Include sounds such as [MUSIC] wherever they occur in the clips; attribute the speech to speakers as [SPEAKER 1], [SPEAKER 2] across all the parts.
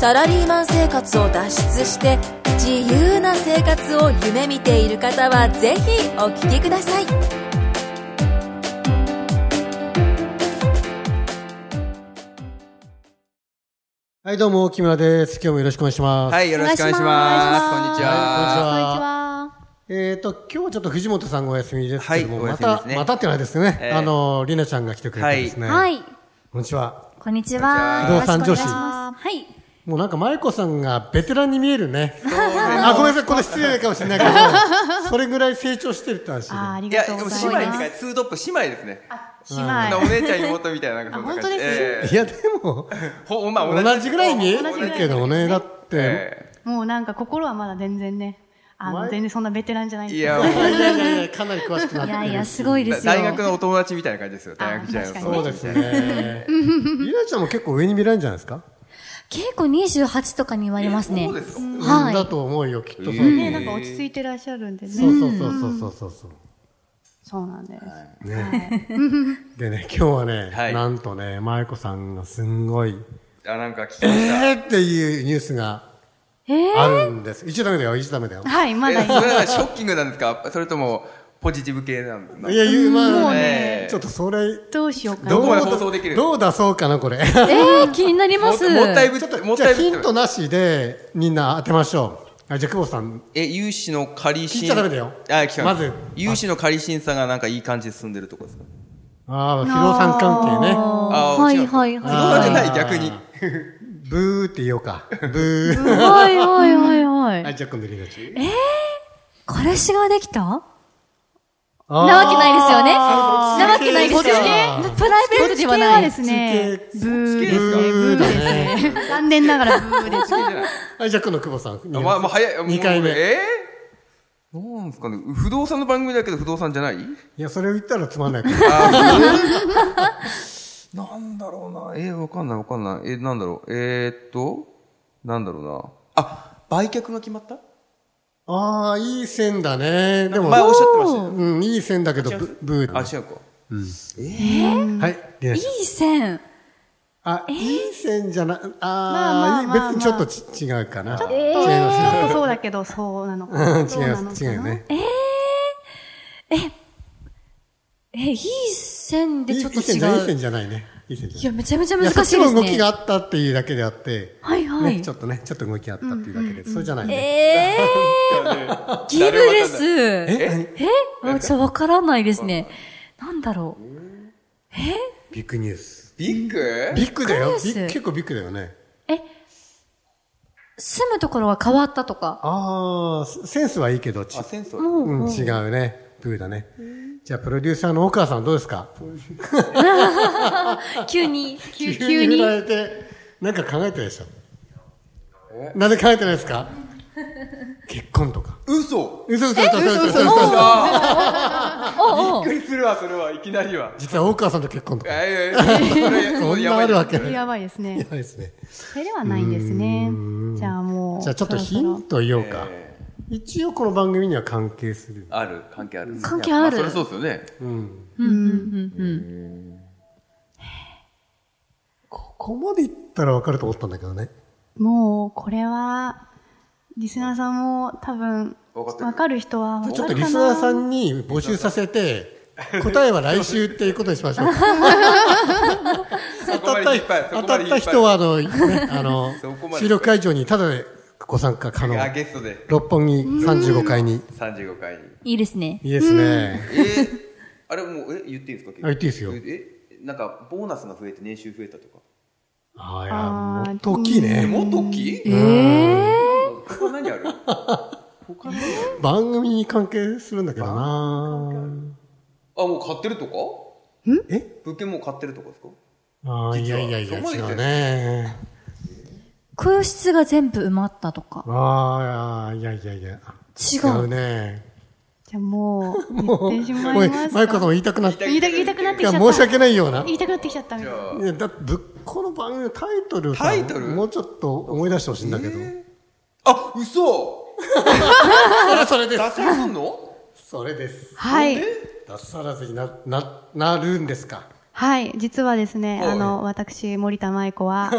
[SPEAKER 1] サラリーマン生活を脱出して自由な生活を夢見ている方はぜひお聞きください
[SPEAKER 2] はい、どうも、木村です。今日もよろしくお願いします。
[SPEAKER 3] はい、よろしくお願いします。こんにちは。
[SPEAKER 4] こんにち
[SPEAKER 2] は。
[SPEAKER 4] は。
[SPEAKER 2] えっ、と、今日はちょっと藤本さんがお休みですけども、
[SPEAKER 3] はいお
[SPEAKER 2] ま
[SPEAKER 3] 休みで
[SPEAKER 2] た、
[SPEAKER 3] すね
[SPEAKER 2] またってないですね。
[SPEAKER 3] ええ
[SPEAKER 2] あの、りなちゃんが来てくれてですね。
[SPEAKER 4] はい。
[SPEAKER 2] こんにちは。
[SPEAKER 4] こんにち
[SPEAKER 2] こん
[SPEAKER 4] は。
[SPEAKER 2] にちは
[SPEAKER 4] よろしくお願い
[SPEAKER 2] 不動産女子
[SPEAKER 4] しますはい。
[SPEAKER 2] もうなんか、舞子さんがベテランに見えるね。あ、ごめんなさい、これ失礼かもしれない
[SPEAKER 4] [LAUGHS]
[SPEAKER 2] けど、それぐらい成長してるって話で。
[SPEAKER 4] あーあり
[SPEAKER 3] い
[SPEAKER 4] が
[SPEAKER 3] や、で
[SPEAKER 4] とう
[SPEAKER 3] も
[SPEAKER 4] ご
[SPEAKER 3] 姉
[SPEAKER 4] ざい
[SPEAKER 3] 妹
[SPEAKER 4] ま
[SPEAKER 3] って
[SPEAKER 4] す。
[SPEAKER 3] か、ツートップ姉妹ですね。
[SPEAKER 4] 姉
[SPEAKER 3] お姉ちゃん妹みたいな、なんかそんな感じ
[SPEAKER 4] あ本当で
[SPEAKER 2] い
[SPEAKER 3] え
[SPEAKER 2] や、でも、
[SPEAKER 3] えほまあ
[SPEAKER 2] 同じぐらいに見え
[SPEAKER 4] 同じぐらい
[SPEAKER 2] るけどね、だって、
[SPEAKER 3] え
[SPEAKER 4] もうなんか心はまだ全然ね、あ
[SPEAKER 2] お
[SPEAKER 4] の
[SPEAKER 2] 前
[SPEAKER 4] 全然そんなベテランじゃないん
[SPEAKER 3] え
[SPEAKER 4] で
[SPEAKER 3] い
[SPEAKER 4] す。
[SPEAKER 3] や、も
[SPEAKER 2] いやいやいやいや、かなり詳しくなっ
[SPEAKER 4] い
[SPEAKER 2] て
[SPEAKER 4] や
[SPEAKER 2] る。
[SPEAKER 4] いやすごいで
[SPEAKER 3] う、
[SPEAKER 4] すよ。
[SPEAKER 3] 大学のお友達みたいな感じですよ、大学時代
[SPEAKER 4] あ
[SPEAKER 3] の。
[SPEAKER 4] 確かに
[SPEAKER 2] そうですね。りなちゃんも結構上に見られるんじゃないですか
[SPEAKER 5] 結構28とかに言われますね
[SPEAKER 3] そう。ですか。
[SPEAKER 5] はい
[SPEAKER 2] だと思うよ、きっとそう。
[SPEAKER 4] ねなんか落ち着いてらっしゃるんで
[SPEAKER 2] そ
[SPEAKER 4] ね。
[SPEAKER 2] うそうそうそうそうそう。
[SPEAKER 4] そうなんです。
[SPEAKER 2] でね、今日はね、
[SPEAKER 3] はい
[SPEAKER 2] なんとね、舞子さんがすんごい、
[SPEAKER 3] あ、なんか聞き
[SPEAKER 2] え
[SPEAKER 3] ました。
[SPEAKER 2] ーっていうニュースがあるんです。一応ダメだよ、一応ダメだよ。
[SPEAKER 4] はい、まだ
[SPEAKER 3] え
[SPEAKER 4] いい
[SPEAKER 3] それはショッキングなんですかそれとも、ポジティブ系なんですか
[SPEAKER 2] いや、言う、ま
[SPEAKER 4] も
[SPEAKER 2] あ
[SPEAKER 4] う
[SPEAKER 2] ね
[SPEAKER 3] ね、
[SPEAKER 2] ちょっとそれ、
[SPEAKER 4] どうしようか
[SPEAKER 3] ど
[SPEAKER 4] な。
[SPEAKER 3] こまで
[SPEAKER 2] う
[SPEAKER 3] 放送できる
[SPEAKER 2] どう出そうかな、これ。
[SPEAKER 5] えー、気になります。
[SPEAKER 3] ももったいぶ
[SPEAKER 2] ちょっと、
[SPEAKER 3] もっ
[SPEAKER 2] じゃ
[SPEAKER 3] た
[SPEAKER 2] あ
[SPEAKER 3] いぶ
[SPEAKER 2] ヒントなしで、みんな当てましょう。あじゃあ、久保さん。
[SPEAKER 3] え、融資の仮
[SPEAKER 2] 聞い
[SPEAKER 3] 信。
[SPEAKER 2] ちゃダメだよ
[SPEAKER 3] あ、聞かな
[SPEAKER 2] ま
[SPEAKER 3] い
[SPEAKER 2] ず
[SPEAKER 3] 融資の仮信さんがなんかいい感じで進んでるとこですか
[SPEAKER 2] ああ、不動産関係ね。
[SPEAKER 3] あ
[SPEAKER 5] あー
[SPEAKER 3] ー
[SPEAKER 5] は
[SPEAKER 3] 違う
[SPEAKER 5] いはい
[SPEAKER 3] 不動産じゃ
[SPEAKER 5] は
[SPEAKER 3] ない、逆に。
[SPEAKER 2] ブーって言おう
[SPEAKER 5] [LAUGHS]
[SPEAKER 2] か。ブ
[SPEAKER 5] い。
[SPEAKER 2] ー。
[SPEAKER 5] はいはいはいは。
[SPEAKER 2] はいい、じゃあ今度リナち
[SPEAKER 5] 彼氏ができたな
[SPEAKER 2] ゃん。
[SPEAKER 5] わけないですよね。な
[SPEAKER 2] あー
[SPEAKER 5] わけないですよ
[SPEAKER 2] そっち系。
[SPEAKER 5] [LAUGHS] プライベートではない。
[SPEAKER 4] ですね。
[SPEAKER 2] そっち系
[SPEAKER 4] ブー
[SPEAKER 3] そ
[SPEAKER 4] で
[SPEAKER 3] っち系です
[SPEAKER 4] す
[SPEAKER 3] か
[SPEAKER 4] ね。ブーですね。残念ながらブーです。
[SPEAKER 2] はい、じゃあ今度久保さん。
[SPEAKER 3] あまあ、まあ、早い。
[SPEAKER 2] 二回目
[SPEAKER 3] もうえー、どうなんですかね不動産の番組だけど不動産じゃない
[SPEAKER 2] いや、それを言ったらつまんない
[SPEAKER 3] [LAUGHS]
[SPEAKER 2] から。
[SPEAKER 3] なんだろうな。えー、わかんないわかんない。えー、なんだろう。えー、っと、なんだろうな。あ、売却が決まった
[SPEAKER 2] ああ、いい線だね。でも、
[SPEAKER 3] 前おっしゃってましたよね。
[SPEAKER 2] うん、いい線だけど、ブブ
[SPEAKER 3] あ、
[SPEAKER 2] ー。
[SPEAKER 3] 違うか。
[SPEAKER 2] はい、リナちゃん
[SPEAKER 5] いい線。
[SPEAKER 2] あ、いい線じゃな、
[SPEAKER 4] まあまあ
[SPEAKER 2] あ
[SPEAKER 4] まあま
[SPEAKER 2] あ、
[SPEAKER 4] あ
[SPEAKER 2] 別にちょっとち違うかな。
[SPEAKER 4] ち
[SPEAKER 2] 違い
[SPEAKER 4] ょ
[SPEAKER 2] ま
[SPEAKER 4] っとそうだけど、そうなのかな。
[SPEAKER 2] す
[SPEAKER 4] そう
[SPEAKER 2] よ。違い
[SPEAKER 4] なの
[SPEAKER 2] ま
[SPEAKER 4] か
[SPEAKER 2] す。
[SPEAKER 4] な
[SPEAKER 2] 違うよね。
[SPEAKER 5] え、いい線
[SPEAKER 2] い
[SPEAKER 5] で
[SPEAKER 2] いい
[SPEAKER 5] ちょっと
[SPEAKER 2] い
[SPEAKER 5] 違。
[SPEAKER 2] 線じゃない、いいう線じゃないね。いい線じゃない
[SPEAKER 5] いや、めちゃめちゃ
[SPEAKER 2] い
[SPEAKER 5] 難
[SPEAKER 2] や
[SPEAKER 5] しい
[SPEAKER 2] そ
[SPEAKER 5] で
[SPEAKER 2] っち
[SPEAKER 5] す
[SPEAKER 2] の動きが
[SPEAKER 5] ね。
[SPEAKER 2] あったっていうだけであって、
[SPEAKER 5] はいはい
[SPEAKER 2] ねちょっとね、ちょっと動きがあったっていうだけで、それじゃないね。
[SPEAKER 5] えー、ギブレス。え
[SPEAKER 2] え何
[SPEAKER 5] あちょっとわからないですね。なんだろう。
[SPEAKER 2] ビッグニュース。
[SPEAKER 3] ビッグ
[SPEAKER 2] ビッグだよ。
[SPEAKER 5] ビッグニュース
[SPEAKER 2] ビッグ結構ビッグだよね。
[SPEAKER 5] え、住むところは変わったとか。
[SPEAKER 2] ああ、センスはいいけど、ち
[SPEAKER 3] あ、センスは
[SPEAKER 2] うん、違うね。プーだね。じゃあ、プロデューサーの大川さんどうですか
[SPEAKER 5] 急に、
[SPEAKER 2] [LAUGHS]
[SPEAKER 5] 急
[SPEAKER 2] 急
[SPEAKER 5] 急
[SPEAKER 2] に振。
[SPEAKER 5] に
[SPEAKER 2] られて、なんか考えてないでしょなんで考えてないですか結婚とか。
[SPEAKER 3] 嘘
[SPEAKER 2] 嘘嘘嘘嘘嘘嘘嘘嘘
[SPEAKER 3] あ
[SPEAKER 5] おうおう
[SPEAKER 3] びっくりするわ、それは。いきなりは。
[SPEAKER 2] 実は大川さんと結婚と
[SPEAKER 3] い
[SPEAKER 2] か。
[SPEAKER 3] やいやいや、それ
[SPEAKER 2] そ
[SPEAKER 3] それ
[SPEAKER 2] ん
[SPEAKER 3] や
[SPEAKER 2] な
[SPEAKER 3] ば
[SPEAKER 2] あ
[SPEAKER 3] い
[SPEAKER 2] るわけ
[SPEAKER 4] そ
[SPEAKER 2] な
[SPEAKER 4] れ
[SPEAKER 2] い。
[SPEAKER 4] やばいですね。
[SPEAKER 2] ないですね。
[SPEAKER 4] それではないんですね。じゃあもう。
[SPEAKER 2] じゃあ、ちょっと
[SPEAKER 4] そろ
[SPEAKER 2] ヒ
[SPEAKER 4] そろ
[SPEAKER 2] ント言おうか。
[SPEAKER 3] え
[SPEAKER 2] 一応この番組には関係する。
[SPEAKER 3] ーある、関係ある。
[SPEAKER 5] 関係あ
[SPEAKER 3] ま
[SPEAKER 5] る
[SPEAKER 3] そりゃそうですよね。
[SPEAKER 2] うん。
[SPEAKER 5] うんうんうん
[SPEAKER 2] ここまでいったらわかると思ったんだけどね。
[SPEAKER 4] もう、これは、リスナーさんも多分、
[SPEAKER 3] わかってる
[SPEAKER 4] わかる人はわかる
[SPEAKER 2] ちょ
[SPEAKER 4] か
[SPEAKER 2] っ
[SPEAKER 4] な。
[SPEAKER 2] とリスナーさんに募集させて、
[SPEAKER 3] [LAUGHS]
[SPEAKER 2] 答えは来週っていうことにしましょうか。
[SPEAKER 3] そこ
[SPEAKER 2] 当た
[SPEAKER 3] ま
[SPEAKER 2] った
[SPEAKER 3] で引っ張る。
[SPEAKER 2] 当たった人
[SPEAKER 3] は。
[SPEAKER 2] は、あの、ねあの
[SPEAKER 3] [LAUGHS] そこま、で
[SPEAKER 2] 収録会場にただでご参加可能。
[SPEAKER 3] あ、ゲストで
[SPEAKER 2] 六本木35階に。
[SPEAKER 3] 35回 [LAUGHS] に。
[SPEAKER 5] いいですね。
[SPEAKER 2] いいですね。
[SPEAKER 3] えー、あれもう、え、言っていいんですか結構
[SPEAKER 2] あ言っていいですよ
[SPEAKER 3] え、なんか、ボーナスが増えて年収増えたとか。
[SPEAKER 2] あ
[SPEAKER 4] あ
[SPEAKER 2] あ、い
[SPEAKER 4] ー
[SPEAKER 2] や、もっと大きい
[SPEAKER 3] え、
[SPEAKER 2] ね。
[SPEAKER 3] もっと大きい
[SPEAKER 5] えー、
[SPEAKER 3] 他
[SPEAKER 2] [LAUGHS]
[SPEAKER 3] 何ある他何ある
[SPEAKER 2] 番組に関係するんだけどな
[SPEAKER 3] あ、もう買ってるとか
[SPEAKER 2] え
[SPEAKER 3] 物件もう買ってるとかですか
[SPEAKER 2] ああ、いやいやいや、
[SPEAKER 3] そこまで
[SPEAKER 2] 違
[SPEAKER 3] 言っ
[SPEAKER 2] う
[SPEAKER 3] て
[SPEAKER 2] ね。
[SPEAKER 5] 空室が全部埋まったとか。
[SPEAKER 2] ああ、いやいやいや。
[SPEAKER 5] 違う
[SPEAKER 2] ね。
[SPEAKER 4] じじゃあもう、
[SPEAKER 2] もう、
[SPEAKER 4] 言ってしまいますか。
[SPEAKER 2] マユコさんも言いたくなって。
[SPEAKER 4] 言いた言いたくなって
[SPEAKER 2] い
[SPEAKER 4] きちゃ
[SPEAKER 2] や、
[SPEAKER 4] った。
[SPEAKER 2] 申し訳ないような。
[SPEAKER 4] 言いたくなってきちゃったみたいな。
[SPEAKER 2] いやだってぶっこの番組のタイトルさ
[SPEAKER 3] タイトル
[SPEAKER 2] もうちょっと思い出してほしいんだけど、
[SPEAKER 3] あ、嘘
[SPEAKER 2] それそれで
[SPEAKER 3] 出
[SPEAKER 2] す
[SPEAKER 3] せるの
[SPEAKER 2] それです
[SPEAKER 4] はい。
[SPEAKER 2] 脱サラずになななるんですか
[SPEAKER 4] はい。実はですね、
[SPEAKER 3] はい
[SPEAKER 4] あの、私、森田舞子は、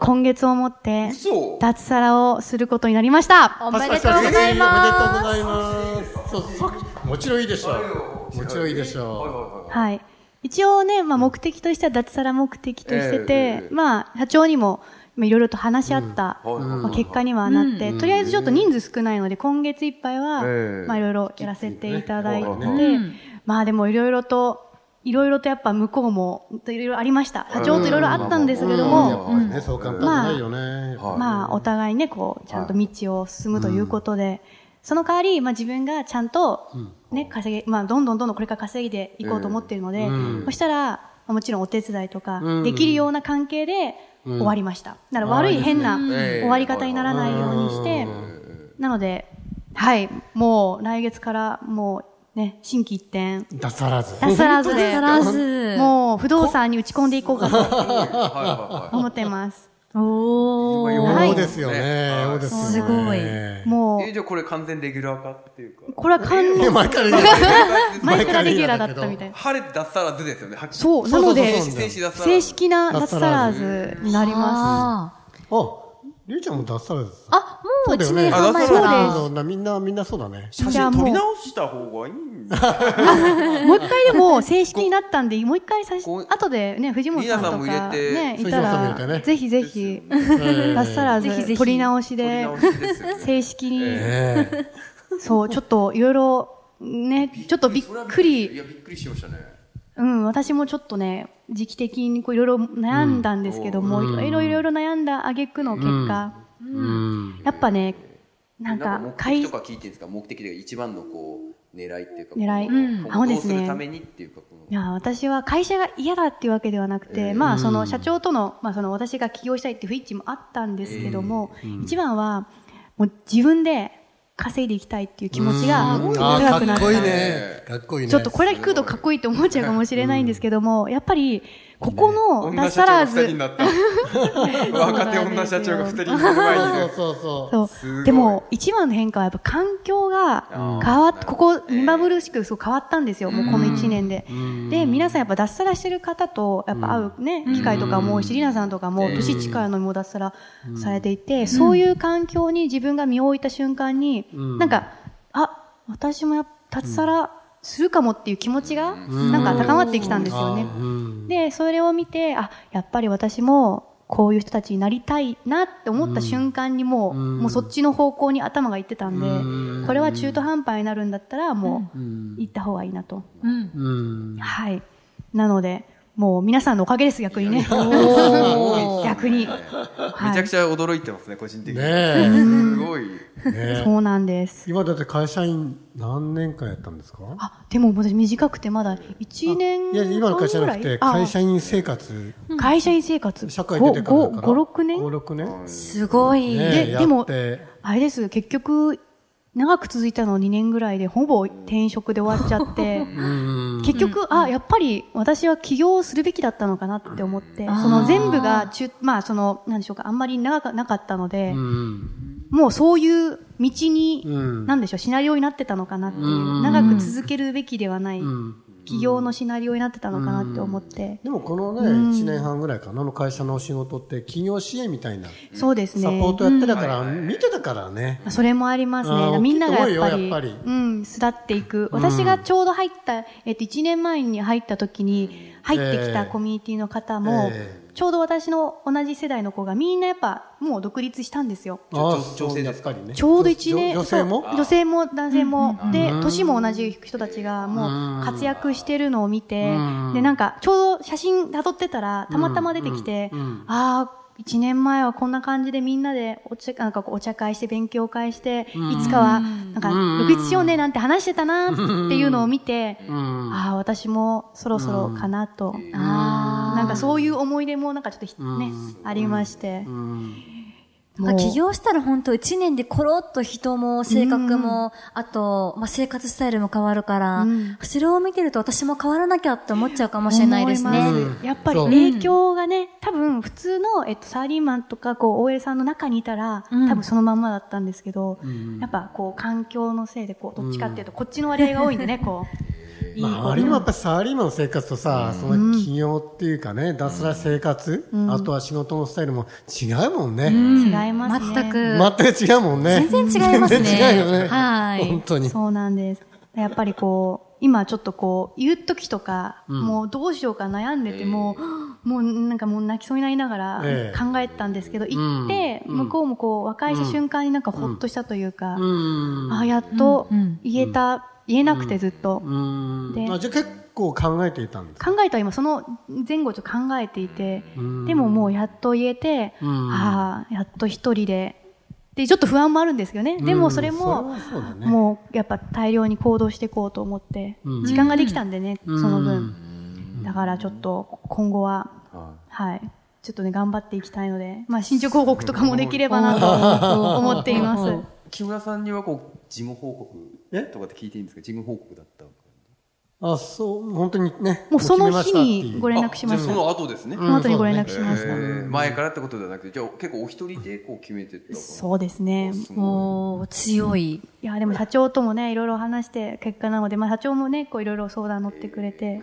[SPEAKER 4] 今月をもって、
[SPEAKER 3] 嘘
[SPEAKER 4] 脱サラをすることになりました。
[SPEAKER 5] おめでとう
[SPEAKER 2] お
[SPEAKER 5] ございます。
[SPEAKER 2] めでとうございますそうそうもちろんいいでしょうもちろんいいでしょ
[SPEAKER 4] はい。一応ね、まあ、目的としては脱サラ目的としてて、
[SPEAKER 3] ええ
[SPEAKER 4] まあ、社長にも、まあいろいろと話し合った、
[SPEAKER 3] うんはいはいはい
[SPEAKER 4] まあ、結果にはなって、とりあえずちょっと人数少ないので、今月いっぱいは、
[SPEAKER 3] ええ
[SPEAKER 4] まあ、いろいろやらせていただいて、
[SPEAKER 3] きっちり
[SPEAKER 4] まあ、でもいろいろと、いろいろとやっぱ向こうも、いろいろありました。社長といろいろあったんですけど
[SPEAKER 2] う、
[SPEAKER 4] も、
[SPEAKER 2] やっぱりねそう簡単じゃないよね、
[SPEAKER 3] まあはい
[SPEAKER 4] まあ、お互いね、こう、ちゃんと道を進むということで、その代わり、まあ自分がちゃんと、ね、稼げ、まあ、どんどんどんどんこれから稼いでいこうと思っているので、そしたら、まあもちろんお手伝いとか
[SPEAKER 2] う、ん
[SPEAKER 4] できるような関係で終わりました。だから悪い変な
[SPEAKER 3] ええ
[SPEAKER 4] 終わり方にならないようにして、なので、はい、もう来月からもうね、心機一転、
[SPEAKER 2] 脱サラず
[SPEAKER 4] 脱サラず
[SPEAKER 5] 脱
[SPEAKER 4] で
[SPEAKER 5] サ、ラズ。
[SPEAKER 4] もう不動産に打ち込んでいこうかと
[SPEAKER 3] はいは
[SPEAKER 4] 思ってます。
[SPEAKER 5] お
[SPEAKER 3] い
[SPEAKER 5] ー。
[SPEAKER 3] はい。
[SPEAKER 2] 王ですよね、王ですよね
[SPEAKER 5] すごい
[SPEAKER 4] も
[SPEAKER 3] え、
[SPEAKER 4] う、
[SPEAKER 3] じゃあこれ完全レギュラー化っていうか。
[SPEAKER 4] これは完
[SPEAKER 2] いや
[SPEAKER 4] 全
[SPEAKER 2] 前から言うよ
[SPEAKER 4] [LAUGHS]
[SPEAKER 2] ね
[SPEAKER 4] 前からレギュラーだったみたいな。
[SPEAKER 3] 晴れて脱サラずですよね。はっきり
[SPEAKER 4] そう、なので
[SPEAKER 2] そうそう、そう
[SPEAKER 3] 正式脱サラ
[SPEAKER 4] 正式な脱サラーズになりま
[SPEAKER 5] あ
[SPEAKER 2] ありゅうちゃんも脱サラです
[SPEAKER 5] ーあ、もう
[SPEAKER 2] そうだよね
[SPEAKER 5] 1年半前
[SPEAKER 2] そ
[SPEAKER 5] か
[SPEAKER 2] うだ
[SPEAKER 5] ら。
[SPEAKER 2] よなみんなみんなそうだね
[SPEAKER 4] す。
[SPEAKER 3] 写
[SPEAKER 4] じゃあ
[SPEAKER 3] 真撮
[SPEAKER 4] も
[SPEAKER 3] り
[SPEAKER 4] う、
[SPEAKER 3] 直した方がいいんだ。
[SPEAKER 4] もう一回でも正式になったんで、もう一回さし、
[SPEAKER 3] こう
[SPEAKER 4] 後でね、藤本さんとか、
[SPEAKER 3] リーダーさんも入れて
[SPEAKER 4] ね、い
[SPEAKER 2] 藤
[SPEAKER 4] た
[SPEAKER 2] 本さんも入れて
[SPEAKER 4] ら、
[SPEAKER 2] ね
[SPEAKER 4] ぜひぜひ、
[SPEAKER 2] え
[SPEAKER 4] 脱サラー
[SPEAKER 5] ぜひぜ
[SPEAKER 4] ズ、
[SPEAKER 5] ひ
[SPEAKER 4] 取り直し
[SPEAKER 3] 撮り
[SPEAKER 4] で
[SPEAKER 3] 直、しですよね。
[SPEAKER 4] 正式に、
[SPEAKER 2] ええ
[SPEAKER 4] そう、ちょっといろいろ、ね、ちょっとびっく
[SPEAKER 3] い
[SPEAKER 4] り、
[SPEAKER 3] や、びっくりしましたね。
[SPEAKER 4] うん、私もちょっとね、時期的にこういろいろ悩んだんですけども、いろいろ悩んだ挙句の結果、
[SPEAKER 2] うん
[SPEAKER 4] やっぱね、な
[SPEAKER 3] なん
[SPEAKER 4] ん
[SPEAKER 3] か
[SPEAKER 4] か
[SPEAKER 3] 目、
[SPEAKER 4] 会
[SPEAKER 3] 的とか聞いてるんですか目的で一番のこう、狙いっていうか、
[SPEAKER 4] 狙い
[SPEAKER 3] こう
[SPEAKER 4] うん
[SPEAKER 3] こうど
[SPEAKER 4] あそう
[SPEAKER 3] う
[SPEAKER 4] です
[SPEAKER 3] す
[SPEAKER 4] ね
[SPEAKER 3] るためにっていうか、この
[SPEAKER 4] いや私は会社が嫌だっていうわけではなくて、
[SPEAKER 3] えー
[SPEAKER 4] まあ、その社長との,、まあその私が起業したいっていう不一致もあったんですけども、一番はもう自分で稼いでいきたいっていう気持ちが
[SPEAKER 2] うん
[SPEAKER 4] 高
[SPEAKER 2] あ
[SPEAKER 4] く
[SPEAKER 2] ーか
[SPEAKER 4] な
[SPEAKER 2] っ
[SPEAKER 4] っ
[SPEAKER 2] こいい
[SPEAKER 4] た、
[SPEAKER 2] ねかっこいいね
[SPEAKER 4] ちょっとこれだけ食うとかっこいいって思っちゃうかもしれないんですけども、やっぱりここの
[SPEAKER 3] 女
[SPEAKER 4] 脱
[SPEAKER 3] 社長が
[SPEAKER 4] サラー
[SPEAKER 3] 二人
[SPEAKER 4] ズ
[SPEAKER 3] になった。 [LAUGHS] 若手女社長が二人になる前に
[SPEAKER 2] そうそうそう
[SPEAKER 4] そう
[SPEAKER 3] すごい
[SPEAKER 4] でも一番の変化はやっぱ環境が変わ
[SPEAKER 3] なるほ
[SPEAKER 4] っ
[SPEAKER 3] ど
[SPEAKER 4] ここ目まぐるしくすごい変わったんですよ、もうこの1年で。で皆さんやっぱ脱サラしてる方とやっぱ会う、ね機会とかも多いし、りなさんとかも年近いのにも脱サラされていて、そういう環境に自分が身を置いた瞬間に、なんかあ私もやっぱ脱サラするかもっていう気持ちがなんか高まってきたんですよね。で、それを見て、あ、やっぱり私も、こういう人たちになりたいなって思った瞬間にもう、もうそっちの方向に頭が行ってたんで、これは中途半端になるんだったら、もう、行った方がいいなと。
[SPEAKER 5] うん。
[SPEAKER 2] うん
[SPEAKER 4] はい。なので、もう皆さんのおかげです、逆にね。逆に。は
[SPEAKER 3] めちゃ
[SPEAKER 4] い
[SPEAKER 3] く。ちゃ驚いてますね、個人的に。
[SPEAKER 2] ね
[SPEAKER 3] すごい。
[SPEAKER 2] えねえ
[SPEAKER 4] [LAUGHS] そうなんです。
[SPEAKER 2] 今だって会社員何年間やったんですか
[SPEAKER 4] あ、でも私短くてまだ1年
[SPEAKER 2] いや今の会社じゃなくて
[SPEAKER 4] 半ぐら
[SPEAKER 2] 会
[SPEAKER 4] い
[SPEAKER 2] 社員生活
[SPEAKER 4] あ会社員生活。
[SPEAKER 2] 社会出てからだから
[SPEAKER 4] 5、6年
[SPEAKER 2] 56年
[SPEAKER 5] すご
[SPEAKER 2] ね
[SPEAKER 5] い。
[SPEAKER 2] え
[SPEAKER 4] で
[SPEAKER 2] や
[SPEAKER 4] でも
[SPEAKER 2] って
[SPEAKER 4] あれです、結局、長く続いたの2年ぐらいで、ほぼ転職で終わっちゃ
[SPEAKER 2] [LAUGHS]
[SPEAKER 4] って、
[SPEAKER 2] うん
[SPEAKER 4] 結局、あ、やっぱり私は起業するべきだったのかなって思って、その全部が中、まあ、その、なんでしょうか、あんまり長くなかったので、
[SPEAKER 2] うん
[SPEAKER 4] もうそういう道に、
[SPEAKER 2] うん
[SPEAKER 4] なんでしょう、シナリオになってたのかなっていう、長く続けるべきではない、
[SPEAKER 2] ん
[SPEAKER 4] 起業のシナリオになってたのかなって思って、
[SPEAKER 2] でもこのね1年半ぐらいかなの会社のお仕事って企業支援みたいな
[SPEAKER 4] そうですね。
[SPEAKER 2] サポートやってたから見てたからね
[SPEAKER 4] それもあります
[SPEAKER 2] あー大き
[SPEAKER 4] ね。
[SPEAKER 2] い
[SPEAKER 4] みんながやっ
[SPEAKER 2] と思
[SPEAKER 4] ぱ
[SPEAKER 2] う
[SPEAKER 4] り、
[SPEAKER 2] よやっぱ
[SPEAKER 4] うん、巣立っていく。私がちょうど入った、えっと、1年前に入った時に、入ってきたコミュニティの方も、
[SPEAKER 2] え
[SPEAKER 4] ちょうど私の同じ世代の子がみんなやっぱ、もう独立したんですよ。
[SPEAKER 2] ああ
[SPEAKER 3] 女性
[SPEAKER 2] や
[SPEAKER 3] で
[SPEAKER 2] っ
[SPEAKER 3] す
[SPEAKER 2] ぱりね
[SPEAKER 4] ちょうど1年。
[SPEAKER 2] 女女性
[SPEAKER 4] そ
[SPEAKER 2] も
[SPEAKER 4] う女性も男性も。で、年も同じ人たちがもう活躍してるのを見て、で、なんか、ちょうど写真辿ってたら、たまたま出てきて、ああ、1年前はこんな感じでみんなでお茶、なんかこうお茶会して勉強会して、いつかは、なんか、独立しようねなんて話してたなっていうのを見て、ああ、私もそろそろかなと。ああ、なんかそういう思い出もなんかちょっとひね、ありまして。
[SPEAKER 5] まあ、起業したら本当一年でコロッと人も性格も、あと、まあ、生活スタイルも変わるから、
[SPEAKER 4] うん
[SPEAKER 5] それを見てると私も変わらなきゃって思っちゃうかもしれないですね。
[SPEAKER 4] 思い
[SPEAKER 5] うん
[SPEAKER 4] ますやっぱり
[SPEAKER 2] そう
[SPEAKER 4] 影響がね、多分普通の、えっと、サラリーマンとか、こう、OL さんの中にいたら、
[SPEAKER 5] うん
[SPEAKER 4] 多分そのまんまだったんですけど、
[SPEAKER 2] ん
[SPEAKER 4] やっぱこう、環境のせいで、こう、どっちかっていうと、こっちの割合が多いんでね、こ [LAUGHS] う。
[SPEAKER 2] まあ、
[SPEAKER 4] こう
[SPEAKER 2] 周りもやっぱりサラリーマンの生活とさ、その企業っていうかね、脱サラ生活、あとは仕事のスタイルも違うもんね。
[SPEAKER 4] 違いますね
[SPEAKER 5] 全く。
[SPEAKER 2] 全く違うもんね。
[SPEAKER 5] 全然違いますね
[SPEAKER 2] 全然違う [LAUGHS] よね。
[SPEAKER 5] はい
[SPEAKER 2] 本当に。
[SPEAKER 4] そうなんです。やっぱりこう、今ちょっとこう、言う時とか、もうどうしようか悩んでても、もうなんかもう泣きそうになりながら
[SPEAKER 2] ええ
[SPEAKER 4] 考えてたんですけど、行って、
[SPEAKER 2] うん
[SPEAKER 4] 向こうもこう、和解した瞬間になんかほっとしたというか、
[SPEAKER 2] うん。
[SPEAKER 4] あ、やっと
[SPEAKER 5] うん
[SPEAKER 4] 言えた、言えなくてずっと。
[SPEAKER 2] うん。
[SPEAKER 4] で
[SPEAKER 2] あじゃあ結構考えていたんですか
[SPEAKER 4] 考えたら今その前後ちょっと考えていて、
[SPEAKER 2] うん
[SPEAKER 4] でももうやっと言えて、
[SPEAKER 2] うん
[SPEAKER 4] ああ、やっと一人で。で、ちょっと不安もあるんですけどね。でもそれも
[SPEAKER 2] うん、それはそうだね
[SPEAKER 4] もうやっぱ大量に行動していこうと思って、
[SPEAKER 2] うん
[SPEAKER 4] 時間ができたんでね、
[SPEAKER 2] うん
[SPEAKER 4] その分。だからちょっと今後は、
[SPEAKER 3] は
[SPEAKER 4] はい。ちょっとね、頑張っていきたいので、まあ、進捗報告とかもできればなと思っています。
[SPEAKER 3] い木村さんにはこう事務報
[SPEAKER 2] え
[SPEAKER 3] 告とかって聞いていいんですか事務報告だった
[SPEAKER 2] あ、そう、本当にね。
[SPEAKER 4] もうその日
[SPEAKER 2] 決めましたってい
[SPEAKER 4] に
[SPEAKER 2] う
[SPEAKER 4] ご連絡しま
[SPEAKER 3] あ
[SPEAKER 4] した。
[SPEAKER 3] じゃあそ
[SPEAKER 4] そ
[SPEAKER 3] の後ですね、
[SPEAKER 4] の後にご連絡しまし
[SPEAKER 3] え
[SPEAKER 4] た。
[SPEAKER 3] ー前からってことじゃなくてじゃあ結構お一人でこう決めてった
[SPEAKER 4] そうですね。
[SPEAKER 3] も
[SPEAKER 5] おー強い。
[SPEAKER 4] いや、でも社長ともね、いろいろ話して結果なので、まあ社長もね、こういろいろ相談乗ってくれて、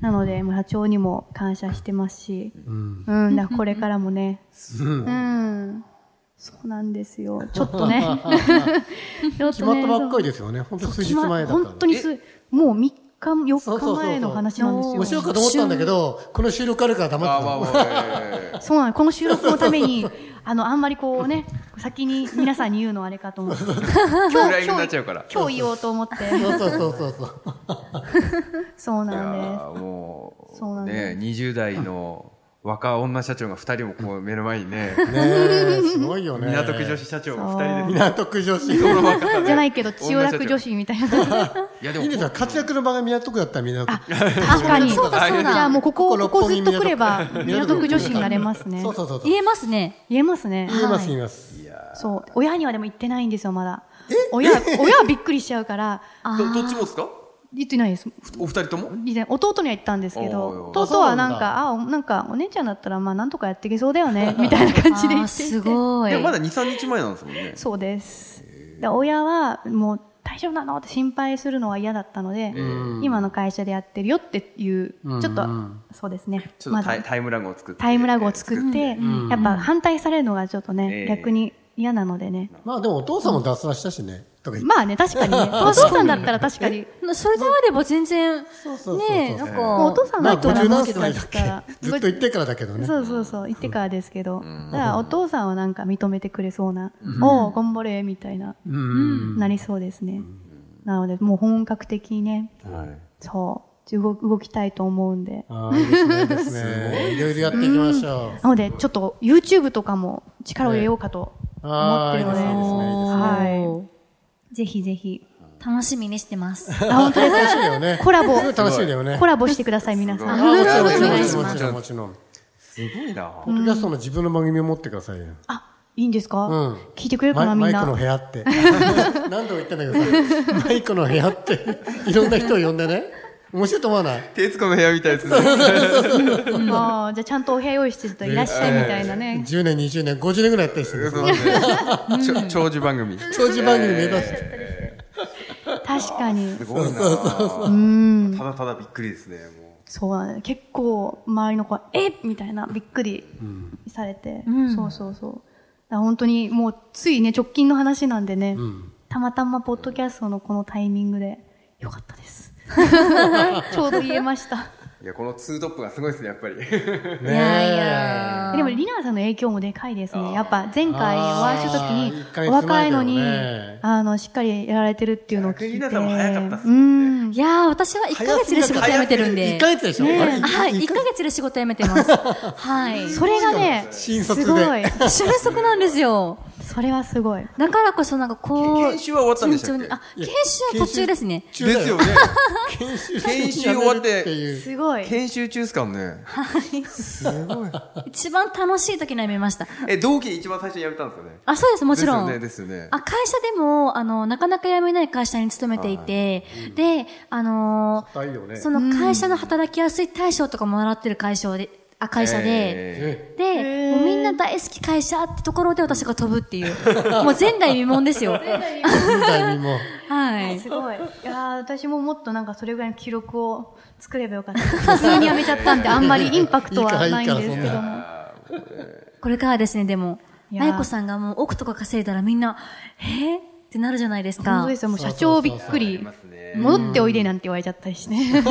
[SPEAKER 4] なので、まあ社長にも感謝してますし、
[SPEAKER 2] うん。
[SPEAKER 4] うん、だからこれからもね、
[SPEAKER 2] うん
[SPEAKER 4] うん、そうなんですよ。ちょっ
[SPEAKER 2] [LAUGHS]
[SPEAKER 4] とね、ちょっ
[SPEAKER 2] 決
[SPEAKER 4] と
[SPEAKER 2] ま
[SPEAKER 4] ね
[SPEAKER 2] ったばっかりですよね。本当数日前だったの。
[SPEAKER 4] 本当にす、もう3日、
[SPEAKER 2] そう
[SPEAKER 4] 4
[SPEAKER 2] そう
[SPEAKER 4] 日
[SPEAKER 2] そう
[SPEAKER 4] 前の話なんですよ。
[SPEAKER 2] 面白いかと思ったんだけど、この収録あるから
[SPEAKER 3] あ
[SPEAKER 2] 黙
[SPEAKER 3] ま
[SPEAKER 2] っ
[SPEAKER 3] あ
[SPEAKER 2] て
[SPEAKER 3] ま
[SPEAKER 2] た
[SPEAKER 3] あ
[SPEAKER 2] の。
[SPEAKER 3] まあえ
[SPEAKER 4] [LAUGHS]
[SPEAKER 3] ー
[SPEAKER 4] そうなの、この収録のため
[SPEAKER 2] [LAUGHS]
[SPEAKER 4] に、あの、あんまりこうね、先に皆さんに言うのはあれかと思
[SPEAKER 2] [LAUGHS]
[SPEAKER 4] って、
[SPEAKER 3] ぐらいになっちゃうから
[SPEAKER 4] 今日言おうと思って、
[SPEAKER 2] そうそうそうそうそう。
[SPEAKER 4] そう
[SPEAKER 3] いや
[SPEAKER 4] なんです。
[SPEAKER 3] ーもう
[SPEAKER 4] そうなんで
[SPEAKER 3] ね
[SPEAKER 4] す
[SPEAKER 3] 20代の若女社長が2人もこう目の前に
[SPEAKER 4] [LAUGHS]
[SPEAKER 3] ね
[SPEAKER 2] [LAUGHS] ねえ、 [LAUGHS] すごいよね。
[SPEAKER 3] 港区女子。社長が2人で
[SPEAKER 2] 港区女 [LAUGHS] 子。
[SPEAKER 4] じゃないけど、千代田区女子みた
[SPEAKER 2] [LAUGHS]
[SPEAKER 4] いな。
[SPEAKER 3] いやで
[SPEAKER 2] いいですよ。活躍の場が港区だったら港区。
[SPEAKER 4] 確かに。
[SPEAKER 5] そうだそうだ
[SPEAKER 4] じゃあもうここ、
[SPEAKER 2] ここ
[SPEAKER 4] ここずっと
[SPEAKER 2] 六本木
[SPEAKER 4] 来れば、
[SPEAKER 2] 港
[SPEAKER 4] 港
[SPEAKER 2] 区
[SPEAKER 4] 区女子になれますね。
[SPEAKER 2] そうそうそうそう。 [LAUGHS]
[SPEAKER 5] 言えますね。
[SPEAKER 4] 言えますね。
[SPEAKER 2] 言いま
[SPEAKER 4] は
[SPEAKER 2] す
[SPEAKER 4] い
[SPEAKER 2] 言います。
[SPEAKER 4] そう。親にはでも言ってないんですよ、まだ。親、親はびっくりしちゃうから、
[SPEAKER 3] どどっちもですか
[SPEAKER 4] 言ってないです。
[SPEAKER 3] お二人とも
[SPEAKER 4] 以前弟には言ったんですけ
[SPEAKER 3] おいおいお
[SPEAKER 4] ど
[SPEAKER 3] い、
[SPEAKER 4] 弟はなんか、あ、おなんか、お姉ちゃんだったら、まあ、なんとかやっていけそうだよね、みたいな感じで言
[SPEAKER 5] あー
[SPEAKER 4] っていて
[SPEAKER 5] すごい。
[SPEAKER 3] でもまだ23日前なんですもんね
[SPEAKER 4] そうです。で親は、もう、大丈夫なのって心配するのは嫌だったので、今の会社でやってるよっていう、ちょっと、そうですね。
[SPEAKER 3] ちょっとタイ,、
[SPEAKER 4] まだ
[SPEAKER 3] タイムラグを作って
[SPEAKER 4] タイムラグを作って、やっぱ反対されるのがちょっとね、
[SPEAKER 3] ええ
[SPEAKER 4] 逆に嫌なのでね。
[SPEAKER 2] まあでもお父さんも脱サラしたしね。とか言って
[SPEAKER 4] まあね、確かにね。お父さんだったら確かに。
[SPEAKER 5] それであれば全然、ね
[SPEAKER 2] うそうそうそう
[SPEAKER 5] え、なん
[SPEAKER 4] もうお
[SPEAKER 5] か
[SPEAKER 4] 父、さんだったら
[SPEAKER 2] まあ
[SPEAKER 4] まあ
[SPEAKER 2] 何
[SPEAKER 4] 好きだ
[SPEAKER 2] 歳だっ
[SPEAKER 4] ったら [LAUGHS]
[SPEAKER 2] けずっと言ってからだけどね。
[SPEAKER 4] そうそうそう、言ってからですけど。だからお父さんはなんか認めてくれそうな、おう、頑張れ、みたいな、
[SPEAKER 2] うん。
[SPEAKER 4] なりそうですね。なので、もう本格的にね、
[SPEAKER 3] はい
[SPEAKER 4] そう、動動きたいと思うんで。
[SPEAKER 2] ああ、いいですね、いいですね。いろいろやっていきましょう。
[SPEAKER 4] なので、ちょっと YouTube とかも力を入れようかと
[SPEAKER 2] ええあーいいですねいいですね
[SPEAKER 4] 思ってるので、はい。ぜひぜひ。
[SPEAKER 5] 楽しみにしてます。
[SPEAKER 4] あ、本当で
[SPEAKER 2] [LAUGHS]
[SPEAKER 4] す
[SPEAKER 2] 楽しみだよね。
[SPEAKER 4] コラボ
[SPEAKER 2] すごい楽しみだよね。
[SPEAKER 4] コラボしてください、皆さ
[SPEAKER 2] [LAUGHS] あ
[SPEAKER 4] ん。
[SPEAKER 2] あ、もちろん、もちろん、
[SPEAKER 5] お願い
[SPEAKER 2] も
[SPEAKER 5] し
[SPEAKER 2] ちろん、
[SPEAKER 5] ま
[SPEAKER 2] も
[SPEAKER 5] す
[SPEAKER 2] ちろん、もちろん。
[SPEAKER 3] すごい [LAUGHS] な
[SPEAKER 2] ポッドキャストの自分の番組を持ってくださいよ。
[SPEAKER 4] あ、いいんですか、
[SPEAKER 2] うん
[SPEAKER 4] 聞いてくれるか
[SPEAKER 2] マ
[SPEAKER 4] な、
[SPEAKER 2] イマ
[SPEAKER 4] みん
[SPEAKER 2] イクの
[SPEAKER 4] な
[SPEAKER 2] 部。屋って。 [LAUGHS] 何度も言ってんだけどさ、マイクの部屋って、いろんな人を呼んでね。面白いと思わない
[SPEAKER 3] 徹子の部屋みたいですね
[SPEAKER 4] あーじゃあちゃんとお部屋用意してるといらっしゃいみたいなね。
[SPEAKER 2] ?10 年、20年、50年ぐらいやったりしてるんですよ。
[SPEAKER 3] ちょ長寿番組
[SPEAKER 2] 長寿番組目指して。
[SPEAKER 4] 確かに。
[SPEAKER 3] すごいなただただびっくりですねも
[SPEAKER 4] そうなんだよ結構、周りの子は、えっみたいな、びっくりされて。そうそうそう。だから本当に、もう、ついね、直近の話なんでね、たまたま、ポッドキャストのこのタイミングで、よかっ
[SPEAKER 3] [LAUGHS]
[SPEAKER 4] たです。ちょうど言えました。
[SPEAKER 3] ういやこのツートップがすごいですねやっぱり
[SPEAKER 2] ね
[SPEAKER 5] いやい
[SPEAKER 2] え。
[SPEAKER 5] や。
[SPEAKER 4] でも、リナーさんの影響もでかいですね。やっぱ、前回お会いした時
[SPEAKER 2] あー一
[SPEAKER 4] に、
[SPEAKER 2] 回
[SPEAKER 4] お若いのに
[SPEAKER 2] つまんだよね、
[SPEAKER 4] あの、しっかりやられてるっていうのを聞いて。
[SPEAKER 3] リナさんも早かったっす
[SPEAKER 4] う
[SPEAKER 3] も
[SPEAKER 4] ん。
[SPEAKER 5] いやー、私は1ヶ月で仕事辞めてるんで。
[SPEAKER 2] 1ヶ月でしょあれ
[SPEAKER 5] あはい、1ヶ月で仕事辞めてます。はい。
[SPEAKER 4] それがね、
[SPEAKER 2] 新
[SPEAKER 4] す
[SPEAKER 2] 卒で
[SPEAKER 4] ごい。
[SPEAKER 5] 瞬足なんですよ。
[SPEAKER 4] それはすごい。
[SPEAKER 5] だからこそなんかこう。
[SPEAKER 3] 研修は終わったんでしたっけ
[SPEAKER 5] 慎重にあ、研修は途中ですね。
[SPEAKER 2] 中だ
[SPEAKER 3] ですよね。
[SPEAKER 2] 研修
[SPEAKER 3] 研修終わって
[SPEAKER 2] ていう。
[SPEAKER 4] すごい。
[SPEAKER 3] 研修中っすかんね。すごい。
[SPEAKER 5] 一番楽しい時には見ました。
[SPEAKER 3] え、同期一番最初にやめたんですよね。
[SPEAKER 5] あ、そうです、もちろん。
[SPEAKER 3] ですよね、ですよね。
[SPEAKER 5] あ会社でも、あの、なかなか辞めない会社に勤めていて、で、あのー
[SPEAKER 2] 硬いよね
[SPEAKER 5] その会社の働きやすい大賞とかもらってる会社で、あ、会社で、
[SPEAKER 3] え
[SPEAKER 4] [LAUGHS]
[SPEAKER 2] え
[SPEAKER 5] で、もうみんな大好き会社ってところで私が飛ぶっていう。も [LAUGHS] う前代未聞ですよ。
[SPEAKER 2] 人材にも。
[SPEAKER 5] はい。
[SPEAKER 4] すごい。いやー私ももっとなんかそれぐらいの記録を作ればよかった。普通にやめちゃったんで、あんまりイ
[SPEAKER 5] [LAUGHS]
[SPEAKER 4] ンパクトはないんですけ
[SPEAKER 2] いいか
[SPEAKER 4] ど
[SPEAKER 2] ら
[SPEAKER 4] も。
[SPEAKER 5] これからですね、でも、
[SPEAKER 4] いやー
[SPEAKER 5] 愛子さんがもう億とか稼いだらみんな、えー、ってなるじゃないです
[SPEAKER 4] 本
[SPEAKER 5] か
[SPEAKER 4] 当で。すよ、もう社長びっくり。
[SPEAKER 3] ね
[SPEAKER 4] 戻っておいでなんて言われちゃったりしてね。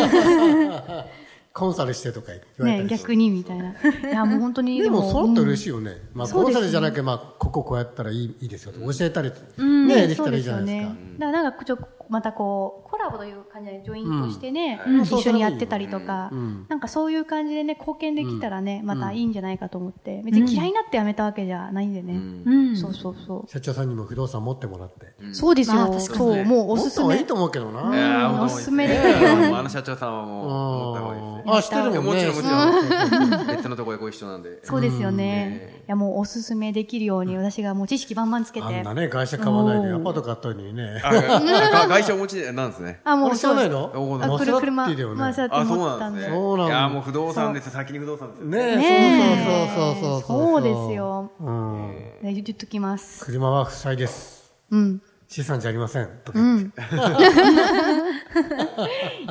[SPEAKER 2] コンサルしてとか言われたり
[SPEAKER 4] ね、
[SPEAKER 2] して
[SPEAKER 4] 逆にみたいな。いや、もう本当に。
[SPEAKER 2] でも、そうだったら嬉し
[SPEAKER 4] い。
[SPEAKER 2] いよね。まあ、
[SPEAKER 4] そう
[SPEAKER 2] コン
[SPEAKER 4] ですね
[SPEAKER 2] サルじゃなきゃ、まあ、こここうやったらいいいいですよと教えたりと、ね、でき
[SPEAKER 4] そ
[SPEAKER 2] た
[SPEAKER 4] う
[SPEAKER 2] らいい
[SPEAKER 4] です
[SPEAKER 2] じゃ
[SPEAKER 4] よ
[SPEAKER 2] ないです
[SPEAKER 4] ね
[SPEAKER 2] か。。
[SPEAKER 4] だからなんかちょっとまたこう、コラボという感じでジョインとしてね、
[SPEAKER 2] うん
[SPEAKER 4] 一緒にやってたりとか、
[SPEAKER 2] ん
[SPEAKER 4] なんかそういう感じでね、貢献できたらね、またいいんじゃないかと思って、別に嫌いになってやめたわけじゃないんでね。
[SPEAKER 5] うん。
[SPEAKER 4] そうそうそう。
[SPEAKER 2] 社長さんにも不動産持ってもらって。
[SPEAKER 4] そうですよ、
[SPEAKER 5] まあ確かに
[SPEAKER 4] そう、もうお
[SPEAKER 2] 持
[SPEAKER 4] す
[SPEAKER 2] った
[SPEAKER 4] す
[SPEAKER 2] 方がい
[SPEAKER 4] め
[SPEAKER 2] い。と思うけどな。
[SPEAKER 3] いやー
[SPEAKER 4] うん
[SPEAKER 3] 本当
[SPEAKER 4] おすすめで
[SPEAKER 3] いいすねもうあの社長さんはもう、思った方がいいですね
[SPEAKER 2] ああ、知ってるもんね。
[SPEAKER 3] もちろんもちろん。別のとこでご一緒なんで。
[SPEAKER 4] そうですよ
[SPEAKER 3] うん
[SPEAKER 4] ね。いや、もうおすすめできるように、私がもう知識バンバンつけ
[SPEAKER 2] あん
[SPEAKER 4] て
[SPEAKER 2] な。ね、会社買わないでアパート買ったのにね。
[SPEAKER 3] あが外車お持ちでなんですね。
[SPEAKER 4] あ、
[SPEAKER 2] あ
[SPEAKER 4] も
[SPEAKER 2] れ
[SPEAKER 4] う
[SPEAKER 2] 知らない
[SPEAKER 4] そう
[SPEAKER 2] の
[SPEAKER 3] そう
[SPEAKER 4] あ、これ
[SPEAKER 2] マ
[SPEAKER 4] 車、
[SPEAKER 2] セラティだよね
[SPEAKER 4] マセラティ
[SPEAKER 3] あ、そう
[SPEAKER 4] 持った
[SPEAKER 3] なん
[SPEAKER 4] ん
[SPEAKER 3] で
[SPEAKER 4] です
[SPEAKER 3] ね。
[SPEAKER 2] そうなん
[SPEAKER 3] い
[SPEAKER 2] だ
[SPEAKER 3] やー、もう不動産ですよ。先に不動産ですよ。
[SPEAKER 2] ね
[SPEAKER 4] ねえ
[SPEAKER 2] そうそうそうそう
[SPEAKER 4] そうですよ。
[SPEAKER 2] うん。
[SPEAKER 4] ね言っときます。
[SPEAKER 2] 車は負債です。
[SPEAKER 4] うん。
[SPEAKER 2] 資産じゃありません。とか
[SPEAKER 4] う
[SPEAKER 2] 言って
[SPEAKER 4] ん。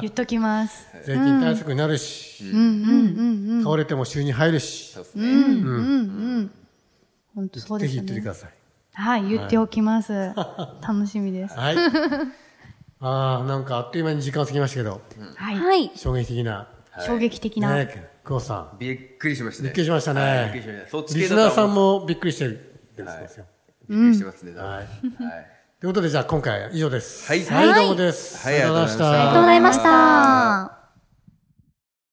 [SPEAKER 4] 言っときます。
[SPEAKER 2] 税金対策になるし、
[SPEAKER 4] うんうんうんうん。
[SPEAKER 2] 倒れても収入入るし
[SPEAKER 3] そう、です
[SPEAKER 4] う
[SPEAKER 3] ね。
[SPEAKER 4] んうんうん。本当そう
[SPEAKER 2] ぜ
[SPEAKER 4] で
[SPEAKER 2] ひ言
[SPEAKER 4] す
[SPEAKER 2] っててく
[SPEAKER 4] ね
[SPEAKER 2] だ。さい。
[SPEAKER 4] はい、言っておきます。楽しみです。 [LAUGHS]
[SPEAKER 2] はい。ああ、なんかあっという間に時間過ぎましたけど、
[SPEAKER 4] はい。
[SPEAKER 5] はい。
[SPEAKER 2] 衝撃的な。
[SPEAKER 4] 衝撃的な。
[SPEAKER 2] ね、久保さん。
[SPEAKER 3] びっくりしましたね。
[SPEAKER 2] びっくりしました
[SPEAKER 3] はい
[SPEAKER 2] ね
[SPEAKER 3] びっくりしました。そっ。ち
[SPEAKER 2] リ
[SPEAKER 3] 系
[SPEAKER 2] ス
[SPEAKER 3] だ
[SPEAKER 2] ナー
[SPEAKER 3] った
[SPEAKER 2] さ
[SPEAKER 3] ら
[SPEAKER 2] ん
[SPEAKER 3] もう
[SPEAKER 2] もびっくりしてるんですよ。
[SPEAKER 3] びっくりしてますね。多分
[SPEAKER 2] はい。
[SPEAKER 3] はい。
[SPEAKER 2] ということで、じゃあ今回は以上です。
[SPEAKER 3] はい
[SPEAKER 2] はい、どうもです。
[SPEAKER 3] はいはい
[SPEAKER 2] し
[SPEAKER 3] ありがとうございました
[SPEAKER 5] ありがとうございました。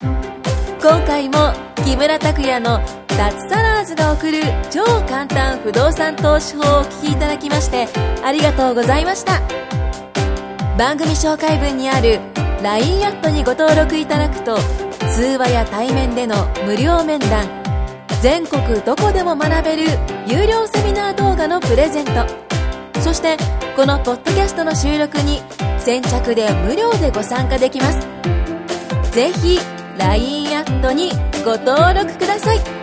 [SPEAKER 1] 今回も木村拓哉の脱サラーズが送る超簡単不動産投資法をお聞きいただきましてありがとうございました番組紹介文にある LINE アットにご登録いただくと通話や対面での無料面談全国どこでも学べる有料セミナー動画のプレゼントそしてこのポッドキャストの収録に先着で無料でご参加できますぜひ LINE アットにご登録ください